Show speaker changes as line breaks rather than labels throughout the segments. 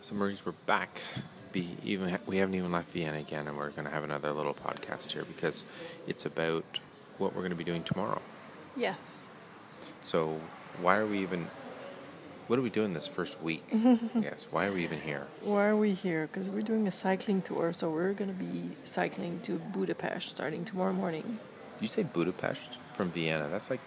submarines we're back be even ha- we haven't even left vienna again and we're going to have another little podcast here because it's about what we're going to be doing tomorrow
Yes.
so why are we even what are we doing this first week yes why are we even here
Why are we here? Because we're doing a cycling tour, so we're going to be cycling to Budapest starting tomorrow morning.
Did you say budapest from vienna that's like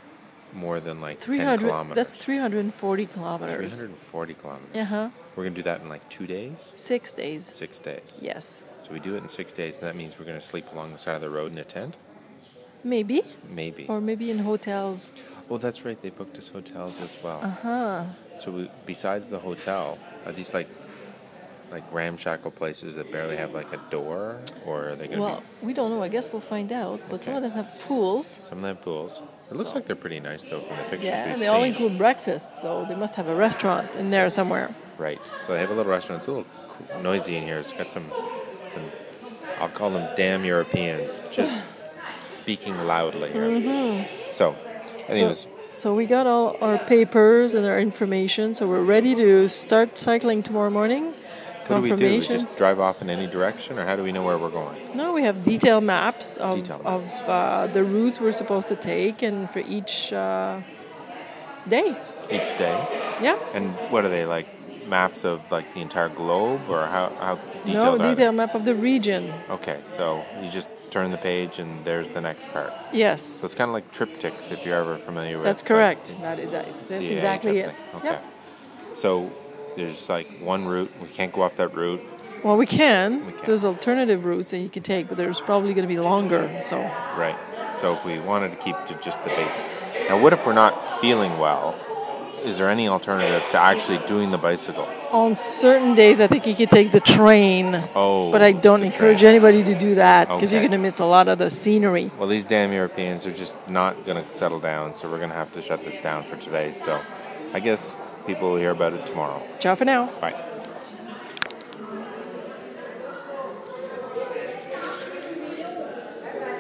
more than like 10
300.
kilometers
That's 340 kilometers.
340 kilometers
Uh huh.
we're going to do that in like two days
Six days.
six days
Yes.
so we do it in six days and that means we're going to sleep along the side of the road in a tent
Maybe.
maybe
Or maybe in hotels.
Well, that's right. They booked us hotels as well.
Huh.
So we, besides the hotel, are these like like ramshackle places that barely have like a door, or are they going to
Well, we don't know. I guess we'll find out. But some
Okay.
of them have pools.
be some of them have pools? It looks
So-
like they're pretty nice though from the pictures
Yeah,
we've
and they
seen.
all include breakfast, so they must have a restaurant in there somewhere.
right. So they have a little restaurant. It's a little co- noisy in here. It's got some some I'll call them damn Europeans just speaking loudly here. So, anyways,
Mm-hmm. So, so we got all our papers and our information, so we're ready to start cycling tomorrow morning.
what do we do? We
Confirmation.
just drive off in any direction, or how do we know where we're going?
No, we have detailed maps of,
Detailed map.
of uh, the routes we're supposed to take and for each uh, day.
Each day.
Yeah.
And what are they like? Maps of like the entire globe, or how how
no,
detailed are
detailed map of the region.
they? Okay, so you just turn the page and there's the next part. So
Yes.
it's kind of like triptychs if you're ever familiar with.
That's
like,
correct. That is it. That's
CAA
exactly it.
triptych. Okay.
Yeah.
So there's like one route. We can't go off that route.
Well, we can.
We can.
There's alternative routes that you can take, but there's probably going to be longer. So
Right. So if we wanted to keep to just the basics. Now, what if we're not feeling well? Is there any alternative to actually doing the bicycle?
on certain days, I think you could take the train.
Oh.
But I don't
the
encourage
train.
anybody to do that because you're
Okay.
going to miss a lot of the scenery.
Well, these damn Europeans are just not going to settle down, so we're going to have to shut this down for today. So I guess people will hear about it tomorrow.
Ciao for now.
Bye.